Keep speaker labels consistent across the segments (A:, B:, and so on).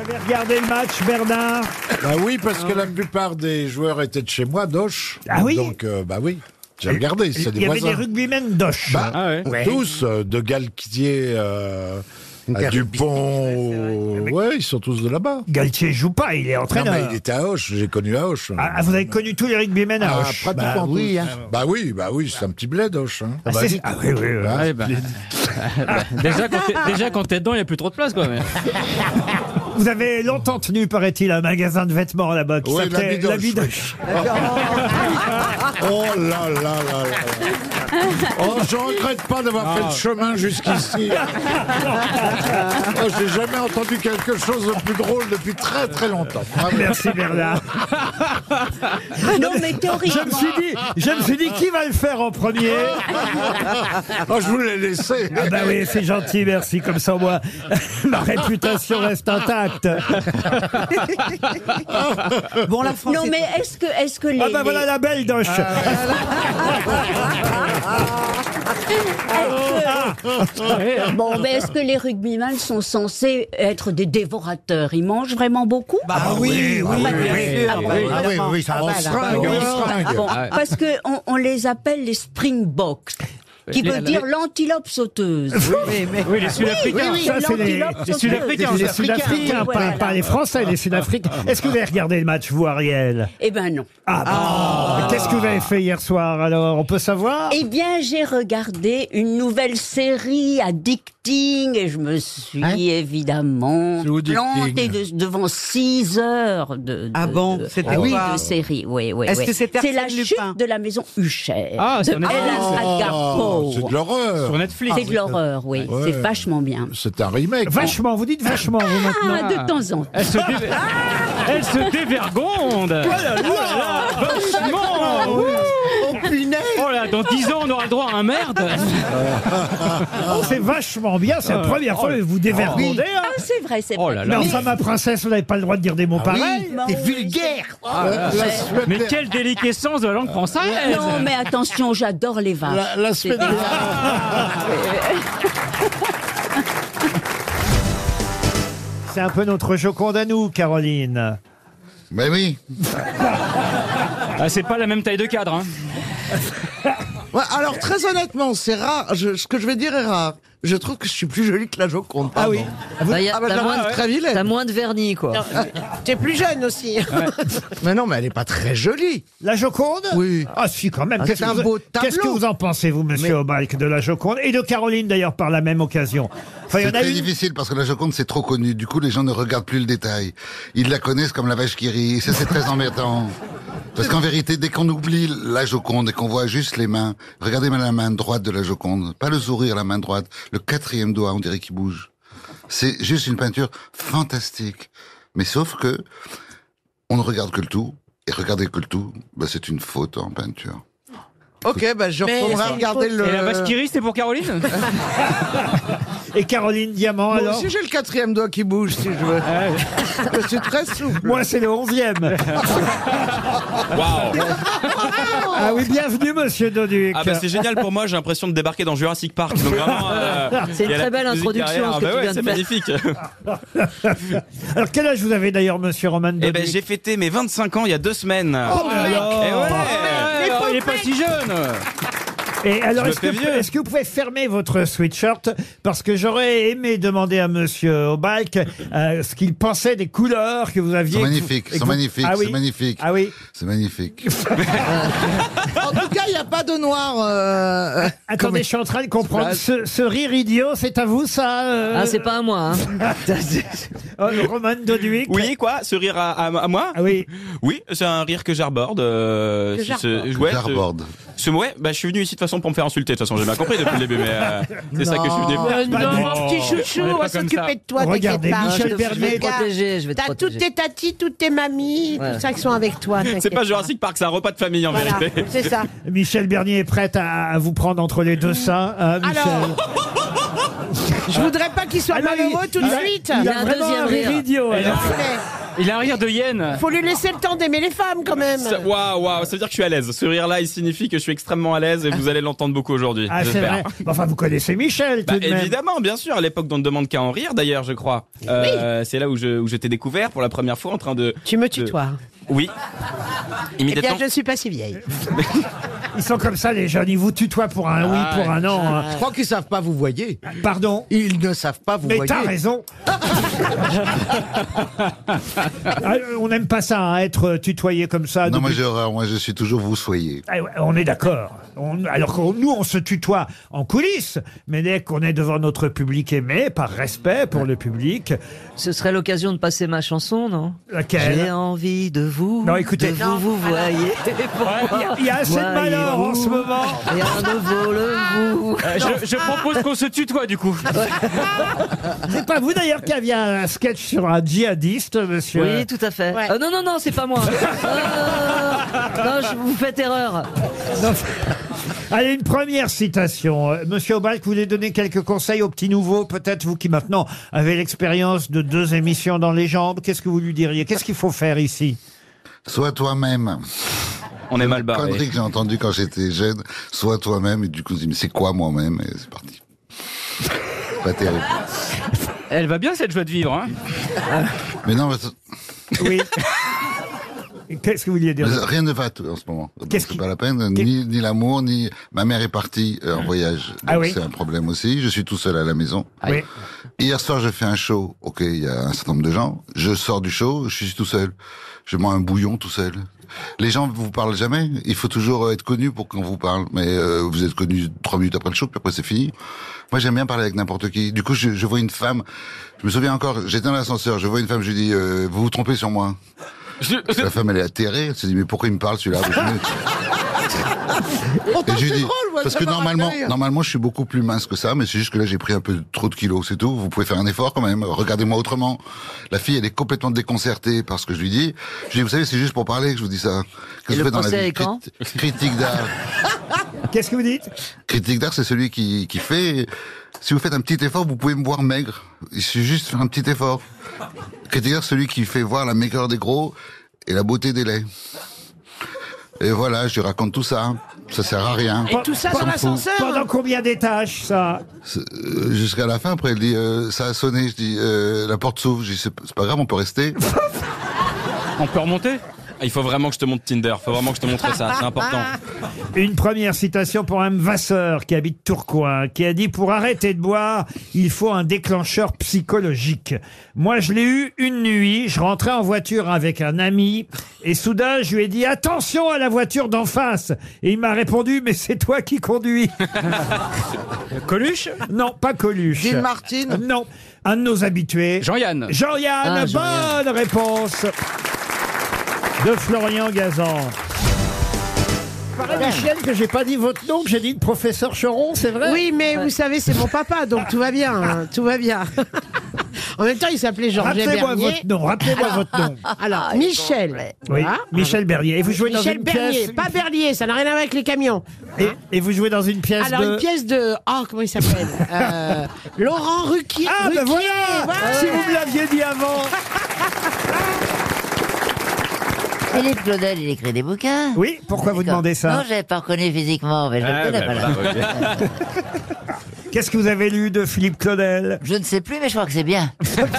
A: avez regardé le match, Bernard
B: Bah oui, parce que la plupart des joueurs étaient de chez moi, d'Auch.
A: Ah oui
B: Donc, euh, bah oui. J'ai regardé, c'est
A: Il
B: des
A: y avait
B: voisins.
A: des rugbymen d'Oche.
B: Bah,
C: Ah ouais.
A: Ouais.
B: Tous, euh, de Galtier euh, à Dupont. Ouais, ils sont tous de là-bas.
A: Galtier joue pas, il est
B: Non,
A: entraîneur.
B: mais il était à Auch, j'ai connu à Auch.
A: Ah, ah, vous avez connu tous les rugbymen à Auch.
B: Ah, pratiquement
A: Bah,
B: tous. Bah oui, bah oui, c'est un petit bled, Auch. hein.
A: ah, c'est- ah oui, oui, oui.
B: Ah,
D: eh
C: Ouais,
D: ben.
C: bah, déjà, quand t'es- déjà, quand t'es dedans, il n'y a plus trop de place, quoi. mais-
A: Vous avez longtemps tenu, paraît-il, un magasin de vêtements là-bas qui
B: Oui,
A: s'appelait
B: l'habit d'Auch,
A: L'Habit
B: oui.
A: d'Auch.
B: Oh là là là là là. Oh, je regrette pas d'avoir fait le chemin jusqu'ici. Oh, j'ai jamais entendu quelque chose de plus drôle depuis très très longtemps. Bravo.
A: Merci Bernard.
E: Non, mais théoriquement.
A: Je me suis dit, je me suis dit, qui va le faire en premier
B: Oh, je vous l'ai laissé.
A: Ah bah oui, c'est gentil, merci. Comme ça, moi, ma réputation reste intacte.
F: Bon, la France.
E: Non,
F: est-
E: mais est-ce que, est-ce que les,
A: Ah bah voilà la belle doche.
E: Ah,
A: Ah,
E: les- bon, mais est-ce que les rugbymen sont censés être des dévorateurs Ils mangent vraiment beaucoup
F: Bah oui, oui,
E: bah
F: bien
E: oui,
F: sûr,
E: ah
F: bah
E: oui,
B: Ah oui,
F: évidemment.
B: oui, ça
F: Ah bah,
B: en
F: là,
B: seringue,
F: bah oui.
B: en seringue.
E: Bon, Ah, Parce que on, on les appelle les springboks, qui
C: Les-
E: veut dire l'antilope sauteuse.
F: Oui, mais-
C: Oui, les Sud-Africains.
E: oui,
A: Ça, c'est les,
E: l'antilope
C: les
E: sauteuse.
C: Sud-Africains,
A: les
C: les
A: Sud-Africains,
E: Ouais, Ah.
A: pas,
E: voilà.
A: pas les Français, les Sud-Africains. Est-ce que vous avez regardé le match, vous, Ariel
E: Eh ben non.
A: Ah, bah, mais Qu'est-ce que vous avez fait hier soir, alors On peut savoir
E: Eh bien, j'ai regardé une nouvelle série addicting et je me suis évidemment
B: C'est où,
E: plantée
B: Addicting
E: de- devant 6 heures de, de-
F: Ah bon,
E: de-
F: c'était
E: ah oui,
F: quoi
E: de série. Oui, oui,
F: Est-ce
E: oui.
F: que c'était
E: c'est la
F: Arsène
E: chute
F: Lupin
E: de la maison Huchère
C: Ah,
E: de
C: c'est en effet.
E: Hélène
B: Oh,
E: Agapo.
B: c'est de l'horreur.
C: Sur Netflix.
D: Ah.
E: C'est de l'horreur, oui.
B: Ouais.
E: C'est vachement bien.
B: C'est un remake.
A: Vachement, vous dites vachement, vous, maintenant.
E: Ah, de temps en temps.
C: Elle se, dé- Elle se dévergonde. Oh là Vachement Oh là, dans 10 ans, on aura le droit à un merde.
A: C'est vachement bien, c'est la première fois que vous dévergondez. hein.
E: Ah, c'est vrai, c'est
C: Oh
E: vrai.
C: là
A: Mais
C: là.
A: enfin, ma princesse, vous n'avez pas le droit de dire des mots pareils.
E: Bon, Ah, oui,
B: La, la semaine
C: Mais
B: dernière-
C: quelle déliquescence de la langue
E: c'est-
C: française.
E: Non, mais attention, j'adore les vaches.
B: la- la semaine
E: C'est-
B: dernière-
A: C'est un peu notre Joconde à nous, Caroline.
G: Mais oui.
C: Ah, c'est pas la même taille de cadre. hein.
H: Ouais, alors très honnêtement, c'est rare. Je- ce que je vais dire est rare. Je trouve que je suis plus jolie que la Joconde. Ah oui.
F: Bah, y a-
H: Ah bah,
F: t'as
H: la
F: moins-
H: moindre très vilaine.
F: T'as moins de vernis, quoi.
H: T'es plus jeune aussi. mais non, mais elle est pas très jolie.
A: La Joconde
H: Oui.
A: Ah si, quand même.
H: Ah,
A: Qu'est-ce
H: c'est
A: que,
H: un
A: vous-
H: beau tableau.
A: qu'est-ce que vous en pensez, vous, monsieur Obalk, de la Joconde Et de Caroline, d'ailleurs, par la même occasion. Enfin, il y
G: C'est
A: en a
G: très
A: une...
G: difficile parce que la Joconde c'est trop connu. Du coup, les gens ne regardent plus le détail. Ils la connaissent comme la vache qui rit. Ça, c'est très embêtant. Parce qu'en vérité, dès qu'on oublie la Joconde et qu'on voit juste les mains, regardez mal la main droite de la Joconde. Pas le sourire, la main droite. Le quatrième doigt, on dirait qu'il bouge. C'est juste une peinture fantastique. Mais sauf que, on ne regarde que le tout. Et regarder que le tout, bah, c'est une faute en peinture.
H: Ok, bah je retournerai regarder le.
C: Et la vache qui rit, c'est pour Caroline
A: Et Caroline Diamant,
H: Moi
A: alors
H: aussi j'ai le quatrième doigt qui bouge si je veux. je suis très souple.
A: Moi, c'est le 11e. Ah oui, bienvenue, monsieur Doduc.
D: Ah bah c'est génial pour moi, j'ai l'impression de débarquer dans Jurassic Park. Donc vraiment, euh,
F: C'est une
D: il y a la
F: très belle
D: musique
F: introduction, ce
D: derrière. Ah
F: que
D: bah
F: tu
D: ouais,
F: viens de
D: c'est
F: faire.
D: magnifique.
A: Alors, quel âge vous avez, d'ailleurs, monsieur Roman Doduc
D: Eh ben j'ai fêté mes 25 ans il y a deux semaines.
A: Oh là là.
D: Eh ouais.
C: Il n'est pas si jeune.
A: Et alors,
D: me
A: est-ce que,
D: fais
A: vous-
D: vieux.
A: est-ce que vous pouvez fermer votre sweatshirt Parce que j'aurais aimé demander à monsieur Obalk euh, ce qu'il pensait des couleurs que vous aviez.
G: Ils sont
A: que vous-
G: magnifiques,
A: et
G: ils
A: que
G: sont
A: vous-
G: magnifiques,
A: Ah oui.
G: c'est magnifique.
A: Ah oui.
G: C'est magnifique.
H: En tout cas, il n'y a pas de noir. euh, euh,
A: Attendez, je suis en train de comprendre. Ce, ce rire idiot, c'est à vous, ça euh,
F: Ah, c'est pas à moi, hein.
A: oh, le Roman Doduic
D: Oui quoi, ce rire à, à- à moi
A: Ah oui.
D: Oui, c'est un rire que j'arborde. euh, c'est ce-
G: Que
D: ouais,
G: j'arborde.
D: Ce, ce- ouais, bah je suis venu ici de toute façon pour me faire insulter. De toute façon j'ai bien compris depuis le début, mais euh, c'est ça que je suis venu faire.
A: Pas du tout.
C: Petit chouchou, Bah on va s'occuper de
F: toi,
A: Regardez, Michel Bernier.
F: protéger, je vais te
I: T'as toutes
F: protéger.
I: tes tatis, toutes tes mamies,
F: Ouais.
I: tout ça qui sont avec toi.
D: C'est
I: t'inquiète
D: pas Jurassic Park, c'est un repas de famille en
I: Voilà,
D: vérité.
I: c'est ça.
A: Michel Bernier est prête à, à vous prendre entre les deux seins. hein, Michel.
I: Alors, je voudrais pas qu'il soit
A: Ah, là, il-
I: malheureux tout de
A: ah,
I: suite.
A: Il
F: Il
A: a
F: a un
A: vraiment
F: deuxième
A: un rire
F: rire.
A: idiot. alors.
I: Mais
C: Il a un rire de hyène.
I: Faut lui laisser le temps d'aimer les femmes quand même.
D: Ça- Waouh, waouh, ça veut dire que je suis à l'aise. Ce rire-là, il signifie que je suis extrêmement à l'aise et vous allez l'entendre beaucoup aujourd'hui.
A: Ah, c'est
D: j'espère.
A: vrai. Enfin, vous connaissez Michel, tout
D: Bah,
A: de même.
D: évidemment, bien sûr. À l'époque, on ne demande qu'à en rire, d'ailleurs, je crois. Euh, C'est là où je, où je t'ai découvert pour la première fois en train de.
I: Tu me tutoies.
A: Euh,
D: Oui.
I: Eh
D: Immédiatement.
I: bien, je suis pas si vieille.
A: Ils sont comme ça, les jeunes. Ils vous tutoient pour un
F: Ah,
A: oui, pour un non. hein.
H: Je crois qu'ils savent pas vous voyez.
A: Pardon.
H: Ils ne savent pas vous
A: Mais
H: voyez.
A: t'as raison. Ah, on n'aime pas ça, hein, être tutoyé comme ça.
G: Non, moi
A: depuis-
G: j'ai horreur, moi je suis toujours vous soyez.
A: Ah ouais, on est d'accord. On- Alors que nous, on se tutoie en coulisses, mais dès qu'on est devant notre public aimé, par respect pour le public,
F: Ce serait l'occasion de passer ma chanson, non J'ai
A: laquelle
F: envie de vous.
A: Non, écoutez,
F: de vous,
A: non.
F: vous voyez. pour
A: il y
F: moi.
A: a- il y, a assez de malheur en ce
F: Voyez-vous,
A: moment.
F: Rien ne vaut le vous.
C: Euh, je, je propose qu'on se tutoie du coup.
A: C'est pas vous d'ailleurs qui aviez un sketch sur un djihadiste, monsieur.
F: Oui, tout à fait.
I: Ouais.
F: Euh, non, non, non, c'est pas moi. Euh, non, je vous fais erreur.
A: Allez, une première citation. Euh, Monsieur Obal, vous voulez donner quelques conseils aux petits nouveaux, peut-être vous qui maintenant avez l'expérience de deux émissions dans les jambes. Qu'est-ce que vous lui diriez Qu'est-ce qu'il faut faire ici
G: Sois toi-même.
A: Ah
D: On est mal
G: Connerie
D: barré.
G: que j'ai entendue quand j'étais jeune. Sois toi-même. Et du coup, je me dis, mais c'est quoi moi-même Et c'est parti. pas terrible.
C: Elle va bien cette joie de vivre. Hein
G: Mais non, mais-
A: Oui. Qu'est-ce que vous vouliez dire
G: mais rien ne va tout en ce moment. Donc,
A: Qu'est-ce
G: C'est
A: qui-
G: pas la peine. Ni, ni l'amour, ni. Ma mère est partie euh, en voyage. Donc
A: Ah oui.
G: c'est un problème aussi. Je suis tout seul à la maison.
A: Oui.
G: Hier soir, je fais un show. Ok, il y a un certain nombre de gens. Je sors du show, je suis tout seul. Je mange un bouillon tout seul. Les gens vous parlent jamais. Il faut toujours euh, être connu pour qu'on vous parle. Mais euh, vous êtes connu trois minutes après le show, puis après c'est fini. Moi, j'aime bien parler avec n'importe qui. Du coup, je, je vois une femme. Je me souviens encore. J'étais dans l'ascenseur. Je vois une femme. Je lui dis euh, Vous vous trompez sur moi. La femme, elle est atterrée. Elle se dit Mais pourquoi il me parle celui-là Et je lui dis, parce que normalement, normalement, je suis beaucoup plus mince que ça, mais c'est juste que là, j'ai pris un peu trop de kilos, c'est tout. Vous pouvez faire un effort quand même. Regardez-moi autrement. La fille, elle est complètement déconcertée par ce que je lui dis. Je lui dis, vous savez, c'est juste pour parler que je vous dis ça. Qu'est-ce
F: Et
G: que
F: le
G: vous faites
F: procès est
G: Crit-
F: quand
G: Critique d'art.
A: Qu'est-ce que vous dites
G: Critique d'art, c'est celui qui, qui fait. Si vous faites un petit effort, vous pouvez me voir maigre. Il suffit juste de faire un petit effort. Critique d'art, c'est celui qui fait voir la maigreur des gros et la beauté des laits. Et voilà, je lui raconte tout ça. Ça sert à rien.
I: Et tout ça dans l'ascenseur.
A: Pendant combien d'étages, ça
G: Euh, jusqu'à la fin. Après, elle dit, euh, ça a sonné. Je dis, euh, la porte s'ouvre. Je dis, c'est c'est pas grave, on peut rester.
C: On peut remonter
D: Ah, Il faut vraiment que je te montre Tinder. Il faut vraiment que je te montre ça. C'est important.
A: Une première citation pour M. Vasseur, qui habite Tourcoing, qui a dit « Pour arrêter de boire, il faut un déclencheur psychologique. Moi, je l'ai eu une nuit, je rentrais en voiture avec un ami, et soudain, je lui ai dit « Attention à la voiture d'en face !» Et il m'a répondu « Mais c'est toi qui conduis
C: Coluche !»
A: Non, pas Coluche.
H: Dean Martin
A: Non, un de nos habitués.
C: Jean-Yann.
A: Jean-Yann,
F: Ah, Jean-Yann.
A: bonne réponse de Florian Gazan. Pareil, Michel, que j'ai pas dit votre nom, que j'ai dit le professeur Choron, c'est vrai
I: Oui, mais vous savez, c'est mon papa, donc tout va bien. hein, tout va bien. en même temps, il s'appelait Georges
A: Rappelez-moi
I: Bernier. Ah,
A: votre nom, Ah, rappelez-moi votre nom.
I: Alors, Michel.
A: Oui,
I: voilà.
A: ah. Michel Bernier. Et vous jouez dans
I: Michel
A: une
I: Bernier,
A: pièce
I: pas Berlier, ça n'a rien à voir avec les camions.
A: et, et vous jouez dans une pièce
I: Alors,
A: de...
I: une pièce de. Oh, comment il s'appelle Euh, Laurent Ruquier.
A: Ah ben
I: Ruquier,
A: voilà
I: voilà.
A: Si vous me l'aviez dit avant
J: Philippe Claudel, il écrit des bouquins.
A: Oui, pourquoi vous demandez
J: Non,
A: ça
J: je l'avais pas reconnu physiquement, mais je le
D: Ah,
J: connais
D: bah,
J: pas là.
D: voilà, ok.
A: Qu'est-ce que vous avez lu de Philippe Claudel
J: Je ne sais plus, mais je crois que c'est bien.
D: Merci,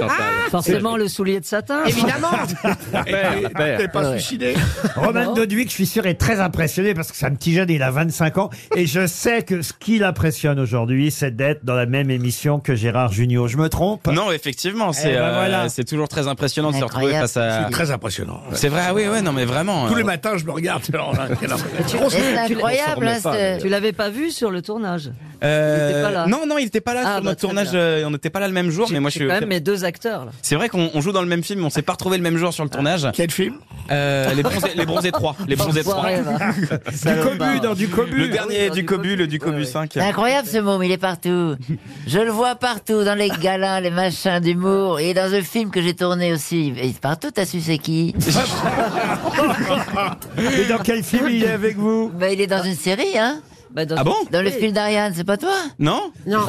D: Chantal.
F: Forcément, le soulier de satin.
I: Évidemment
D: Père, père.
B: T'es pas suicidé
A: Roman Doduic, je suis sûr, est très impressionné parce que c'est un petit jeune, il a 25 ans. Et je sais que ce qui l'impressionne aujourd'hui, c'est d'être dans la même émission que Gérard Junior. Je me trompe
D: Non, effectivement, c'est
A: Eh ben
D: euh,
A: voilà.
D: c'est toujours très impressionnant de se retrouver
J: Incroyable.
D: face à.
B: Très impressionnant.
D: C'est vrai, ah oui, ouais, non, mais vraiment.
B: Tous les
D: euh,
B: matins, je me regarde. Alors, là, quelle
J: Et
B: impression.
J: C'est incroyable,
B: remet
J: hein,
B: pas,
J: ce-
F: Tu l'avais pas vu sur le tournage.
D: euh,
F: Il était pas là.
D: Non, non, il était pas là
F: Ah,
D: sur
F: bah,
D: notre
F: très
D: tournage.
F: bien.
D: euh, on n'était pas là le même jour, mais moi je
F: C'est
D: suis.
F: quand même mes deux acteurs. Là.
D: C'est vrai qu'on on joue dans le même film, mais on s'est pas retrouvé le même jour sur le tournage.
B: Quel film
D: Euh, les bronzés, les bronzés 3. Les bronzés 3.
F: Enfoiré, va.
A: Du cobu, dans du cobu.
D: Le
F: Ah
D: dernier
F: oui,
D: du Cobu, le du Cobu 5.
J: C'est incroyable ce môme, il est partout. Je le vois partout, dans les galas, les machins d'humour, et dans un film que j'ai tourné aussi. Et partout, t'as su c'est qui
A: Et dans quel film il est avec vous
J: Oh, Bah, Il est dans une série, hein Bah, dans-
D: Ah bon
J: Dans le fil d'Ariane, c'est pas toi
A: Ah,
D: Non
I: Non.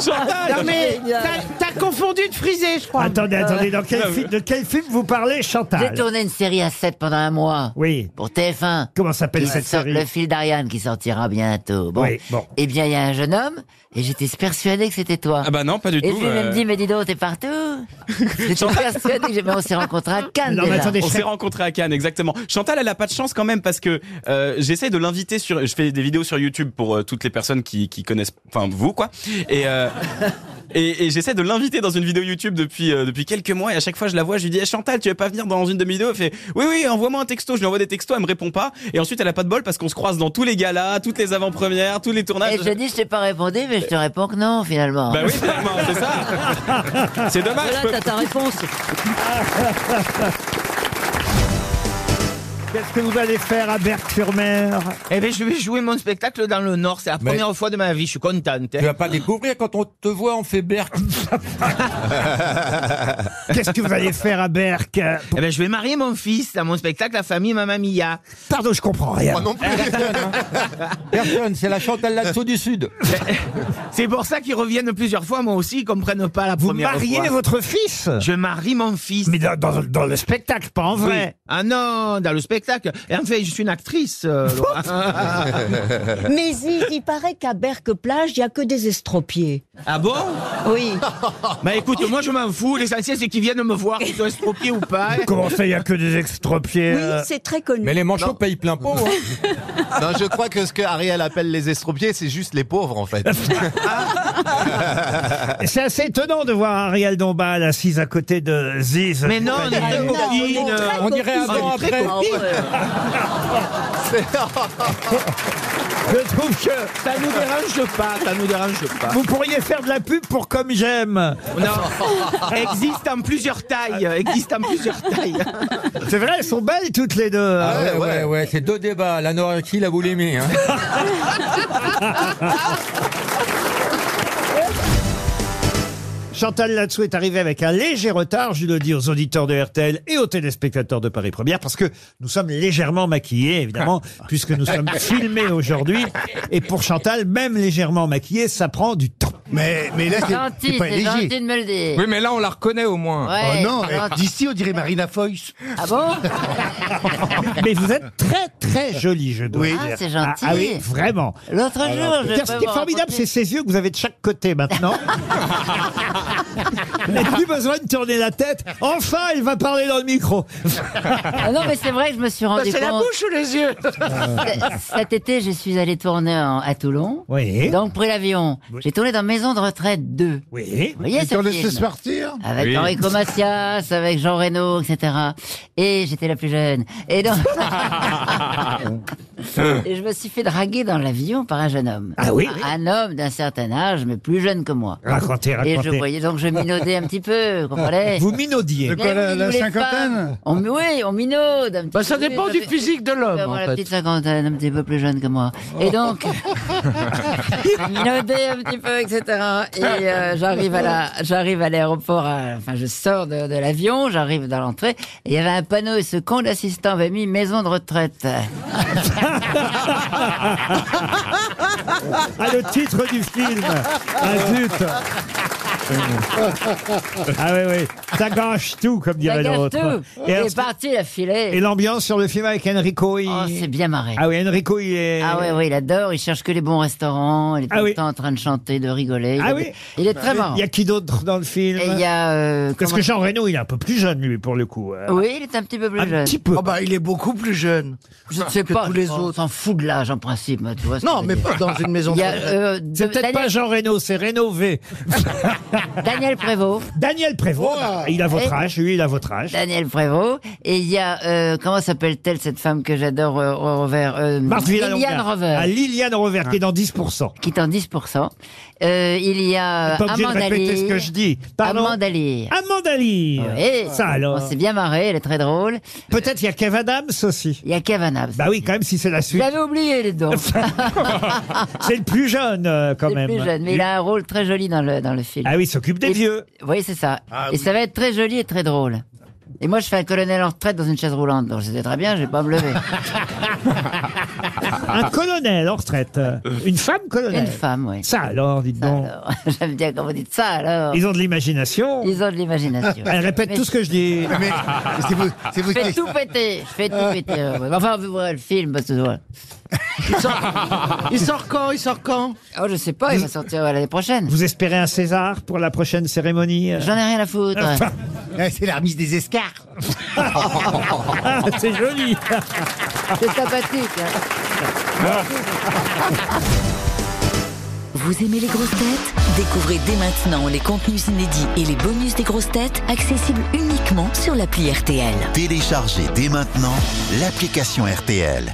D: Chantal
I: Non mais t'as- t'as confondu de frisé, je crois.
A: Attendez, attendez, dans quel
J: Non,
A: film, de quel film vous parlez, Chantal
J: J'ai tourné une série à 7 pendant un mois.
A: Oui.
J: Pour TF1.
A: Comment s'appelle
J: Qui
A: cette
J: sort-
A: série
J: Le fil d'Ariane qui sortira bientôt. Bon.
A: Oui, bon.
J: Eh bien, il y a un jeune homme, et j'étais persuadé que c'était toi.
D: Ah bah non, pas du
J: Et
D: tout,
J: puis il me
D: euh.
J: dit, mais dis donc, t'es partout. J'étais persuadé que j'ai- mais on s'est rencontrés à Cannes.
D: Non, mais
J: déjà.
D: attendez, on s'est rencontrés à Cannes, exactement. Chantal, elle a pas de chance quand même parce que euh, j'essaie de l'inviter sur. Je fais des vidéos sur YouTube pour euh, toutes les personnes qui, qui connaissent, enfin vous quoi. Et euh, et, et j'essaie de l'inviter dans une vidéo YouTube depuis euh, depuis quelques mois. Et à chaque fois, je la vois, je lui dis Eh, Chantal, tu vas pas venir dans une de mes vidéos Elle fait oui oui, envoie-moi un texto. Je lui envoie des textos, elle me répond pas. Et ensuite, elle a pas de bol parce qu'on se croise dans tous les galas, toutes les avant-premières, tous les tournages.
C: Eh
J: Et je te dis, je t'ai pas répondu, mais je te réponds que non, finalement.
D: Bah oui, finalement, c'est ça. C'est
A: Bah,
D: dommage. je peux-
J: ta réponse.
A: Qu'est-ce que vous allez faire à Berck-sur-Mer
K: Eh bien, je vais jouer mon spectacle dans le Nord. C'est la
A: Mais-
K: première fois de ma vie. Je suis contente. hein. Tu vas pas découvrir quand on te voit, on fait berk.
A: Qu'est-ce que vous allez faire à Berck
K: Eh ben, je vais marier mon fils dans mon spectacle La famille Mamma Mia.
A: Pardon, je comprends rien.
K: Moi non plus. Personne, c'est la Chantal Lasso du Sud. C'est pour ça qu'ils reviennent plusieurs fois, moi aussi, ils comprennent pas la première fois.
A: mariez votre fils
K: Je marie mon fils.
A: Mais dans, dans- dans le spectacle, pas en vrai.
K: Oui. Ah non, dans le spectacle. Et en fait, je suis une actrice. euh, Laura.
E: Mais il, il paraît qu'à Berck-Plage, il n'y a que des estropiés.
K: Ah bon
E: Oui.
K: Bah écoute, moi je m'en fous. L'essentiel, c'est qu'ils viennent me voir, qu'ils soient estropiés ou pas.
A: Comment ça, il n'y a que des euh, extropiés
E: Oui, c'est très connu.
K: Non.
L: payent plein pot. non, je crois que ce que Ariel appelle les estropiés, c'est juste les pauvres en fait.
A: C'est assez étonnant de voir Ariel Dombal assise à côté de Ziz.
K: Mais non, on est très copines.
A: avant, après. Je trouve que
K: ça nous dérange pas, ça nous dérange pas.
A: Vous pourriez faire de la pub pour Comme J'aime.
K: Non, existe en plusieurs tailles, existe en plusieurs tailles.
A: C'est vrai, elles sont belles toutes les deux.
M: Ah ouais, ouais, ouais, c'est deux débats, l'anorexie, la boulimie. Hein.
A: Chantal Latsou est arrivée avec un léger retard, je le dis aux auditeurs de RTL et aux téléspectateurs de Paris Première, parce que nous sommes légèrement maquillés, évidemment, puisque nous sommes filmés aujourd'hui. Et pour Chantal, même légèrement maquillée, ça prend du temps.
L: Mais, mais
J: C'est gentil, c'est gentil de me le dire.
L: mais là on la reconnaît au moins.
J: Ouais,
L: oh non,
J: c'est
H: Ah.
L: eh,
J: gentil.
L: d'ici on dirait Marina Foïs.
J: Ah bon
A: Mais vous êtes très très jolie, je dois
L: Oui.
A: dire.
L: Ah, c'est
A: Ah,
L: gentil.
A: ah oui, vraiment.
J: L'autre jour, je
A: Tiens,
J: peux
A: ce qui est
J: vous
A: formidable, c'est
J: raconter-
A: ces yeux que vous avez de chaque côté maintenant. Vous n'avez plus besoin de tourner la tête. Enfin, il va parler dans le micro.
J: Ah non, mais c'est vrai que je me suis rendu
I: C'est la
J: compte.
I: bouche ou les yeux
J: C- Cet été, je suis allé tourner en- à Toulon.
A: Oui.
J: Donc, pris l'avion.
A: Oui.
J: J'ai tourné dans Maison de retraite 2.
A: Oui.
J: Vous voyez
B: Et
J: ce
B: t'en
J: film
B: laisses partir
J: Avec
B: Oui.
J: Enrico Macias, avec Jean Reno, etc. Et j'étais la plus jeune. Et donc... Et je me suis fait draguer dans l'avion par un jeune homme.
A: Ah oui
J: Un homme d'un certain âge, mais plus jeune que moi.
A: Racontez,
J: Et je
A: racontez.
J: voyais donc je minaudais un petit peu, vous comprenez
A: Vous minaudiez. De quoi,
J: Mais
A: la-
J: oui,
A: la
J: nous, les
A: cinquantaine
J: femmes, on, Oui, on minaude un petit
I: Bah, ça
J: peu,
I: dépend du
J: fait-
I: physique de l'homme,
J: Ouais,
I: en
J: Ben voilà,
I: fait.
J: petite cinquantaine, un petit peu plus jeune que moi.
A: Oh.
J: Et donc, minauder un petit peu, etc. Et euh, j'arrive à la, j'arrive à l'aéroport. à- Enfin, je sors de, de l'avion, j'arrive dans l'entrée. Et il y avait un panneau et ce con d'assistant avait mis maison de retraite.
A: Ah, le titre du film. Ah, zut. Ah oui, oui. Ça gâche tout, comme dirait
J: Bagage
A: l'autre.
J: tout. Il
A: alors,
J: est parti, la filet.
A: et l'ambiance sur le film avec Enrico, il...
J: Oh, c'est bien marré.
A: Ah oui, Enrico, il est...
J: Ah ouais, ouais, il adore, il cherche que les bons restaurants, il est tout
A: Ah
J: le
A: oui.
J: temps en train de chanter, de rigoler. Il
A: Ah
J: est-
A: oui.
J: Il est très marrant.
A: Il y a qui d'autre dans le film
J: Et il y a... euh,
A: Parce
J: comment-
A: que Jean Reno, il est un peu plus jeune, lui, pour le coup. Euh,
J: Oui, il est un petit peu plus
A: Un
J: jeune. Oh,
A: petit peu.
H: Ah bah, il est beaucoup plus jeune.
J: Je ne sais
H: que
J: Ah. pas,
H: tous les
J: je-
H: autres.
J: on s'en fout de l'âge en principe, hein, tu vois. ce
H: Non,
J: que je
H: mais
J: veux
H: pas
J: dire.
H: dans une maison
J: Il y a,
H: de
J: euh, de-
A: C'est peut-être pas
J: Daniel,
A: Jean Reno, c'est rénové.
J: Daniel Prévost.
A: Daniel Prévost, bah, il a votre
J: Et-
A: âge, lui, il a votre âge.
J: Daniel Prévost. Et il y a, euh, comment s'appelle-t-elle cette femme que j'adore, euh, Rover euh,
A: Marthe
J: Liliane Rover.
A: À Liliane Rover, qui est dans 10%.
J: Qui est en 10%. Euh, il y a
A: Pas obligé de
J: Amanda
A: répéter
J: Lear.
A: ce que je dis. Pardon
J: Amanda Lear. Eh,
A: Amanda Lear.
J: Oui.
A: Ça alors.
J: On s'est Ah, bien marré, elle est très drôle.
A: Peut-être il y a Kev Adams aussi.
J: Il y a Kevin Abs.
A: Bah oui, quand même, si c'est la
J: Je
A: suite.
J: l'avais oublié, les dents.
A: C'est le plus jeune, euh, quand
J: C'est
A: même.
J: plus jeune, mais il a un rôle très joli dans le, dans le film.
A: Ah oui, il s'occupe des
J: Et-
A: vieux.
J: Oui, c'est ça.
L: Ah
J: et
L: oui.
J: ça va être très joli et très drôle. Et moi, je fais un colonel en retraite dans une chaise roulante. Donc, c'était très bien, je vais pas me lever.
A: Un colonel en retraite. euh, Une femme colonel.
J: Ah. Une femme, oui.
A: Ça alors, dites donc.
J: J'aime bien quand vous dites ça, alors.
A: Ils ont Ah, de l'imagination.
J: Ils ont de l'imagination.
A: Elle répète
J: Mais-
A: tout ce que je dis.
J: Mais- je fais tout péter. Je fais tout péter. ouais, ouais. Enfin, vous verrez le film, parce que voilà.
A: il
J: sort quand Il sort quand Oh, je sais pas, il va sortir euh, l'année prochaine.
A: Vous espérez un César pour la prochaine cérémonie euh
J: J'en ai rien à foutre.
H: C'est la remise des escarres.
A: Ah, C'est joli.
J: C'est sympathique. hein.
G: Vous aimez les grosses têtes Découvrez dès maintenant les contenus inédits et les bonus des grosses têtes accessibles uniquement sur l'appli RTL.
N: Téléchargez dès maintenant l'application RTL.